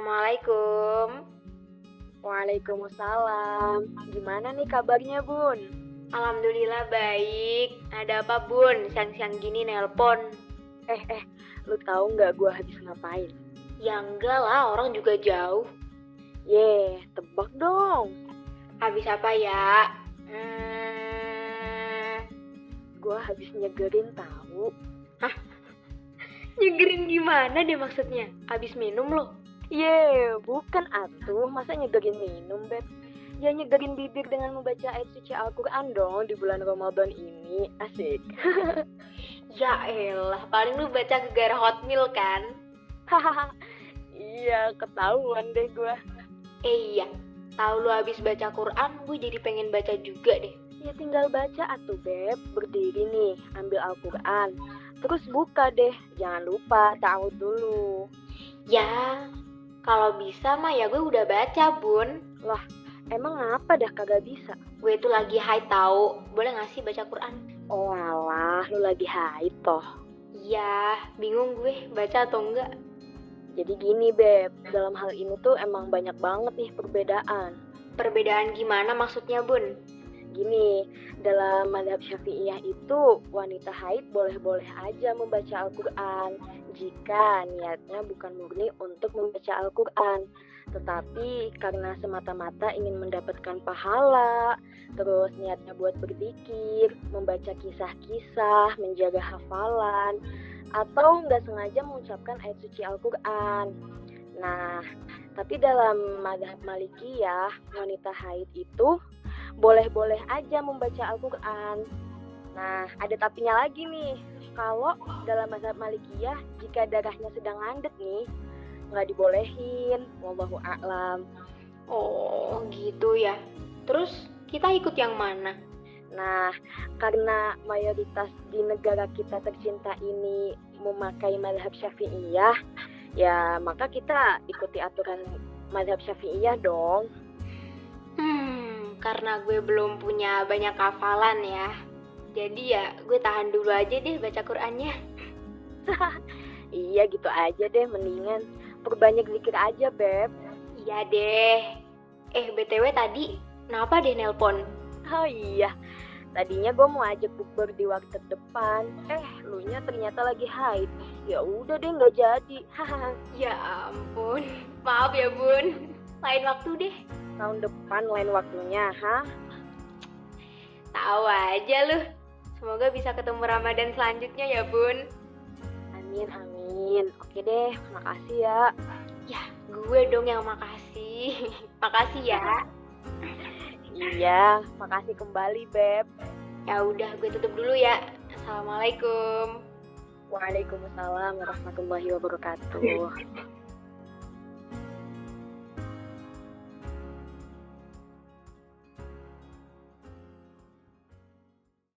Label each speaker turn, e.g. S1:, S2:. S1: Assalamualaikum.
S2: Waalaikumsalam. Gimana nih kabarnya, Bun?
S1: Alhamdulillah baik. Ada apa bun? Siang-siang gini nelpon.
S2: Eh, eh, lu tahu nggak gua habis ngapain?
S1: Ya enggak lah, orang juga jauh.
S2: Ye, tebak dong.
S1: Habis apa ya? Hmm,
S2: Gua habis nyegerin tahu.
S1: nyegerin gimana deh maksudnya? Habis minum loh.
S2: Ye, bukan atuh, masa nyegerin minum, Beb? Ya nyegerin bibir dengan membaca ayat suci Al-Quran dong di bulan Ramadan ini. Asik.
S1: Ya elah, paling lu baca gegara hotmail kan?
S2: Hahaha. iya, ketahuan deh gua.
S1: Eh iya, tahu lu habis baca Quran, gue jadi pengen baca juga deh.
S2: Ya tinggal baca atuh, Beb. Berdiri nih, ambil Al-Quran. Terus buka deh, jangan lupa tahu dulu.
S1: Ya, kalau bisa mah ya gue udah baca bun.
S2: Emang apa dah kagak bisa?
S1: Gue tuh lagi high tau, boleh gak sih baca Quran?
S2: Oh alah, lu lagi haid toh.
S1: Iya, bingung gue baca atau enggak.
S2: Jadi gini Beb, dalam hal ini tuh emang banyak banget nih perbedaan.
S1: Perbedaan gimana maksudnya bun?
S2: Gini, dalam madhab syafi'iyah itu wanita haid boleh-boleh aja membaca Al-Quran jika niatnya bukan murni untuk membaca Al-Quran. Tetapi karena semata-mata ingin mendapatkan pahala, terus niatnya buat berzikir, membaca kisah-kisah, menjaga hafalan, atau nggak sengaja mengucapkan ayat suci Al-Quran. Nah, tapi dalam madhab malikiyah, wanita haid itu boleh-boleh aja membaca Al-Quran. Nah, ada tapinya lagi nih. Kalau dalam mazhab Malikiyah, jika darahnya sedang ngandet nih, nggak dibolehin. Wallahu a'lam.
S1: Oh, gitu ya. Terus kita ikut yang mana?
S2: Nah, karena mayoritas di negara kita tercinta ini memakai mazhab Syafi'iyah, ya maka kita ikuti aturan mazhab Syafi'iyah dong.
S1: Hmm, karena gue belum punya banyak hafalan ya. Jadi ya, gue tahan dulu aja deh baca Qurannya.
S2: Iya gitu aja deh, mendingan perbanyak zikir aja, Beb.
S1: Iya deh. Eh, BTW tadi, kenapa deh nelpon?
S2: Oh iya, tadinya gue mau ajak bukber di waktu depan. Eh, lu nya ternyata lagi haid. Ya udah deh nggak jadi. Hahaha.
S1: Ya ampun. Maaf ya, Bun. Lain waktu deh.
S2: Tahun depan lain waktunya, ha?
S1: Tahu aja lu. Semoga bisa ketemu Ramadan selanjutnya ya, Bun.
S2: Amin amin. Oke deh, makasih ya.
S1: Gue dong yang makasih. makasih ya.
S2: Iya, makasih kembali, Beb.
S1: Ya udah, gue tutup dulu ya. Assalamualaikum.
S2: Waalaikumsalam warahmatullahi wabarakatuh.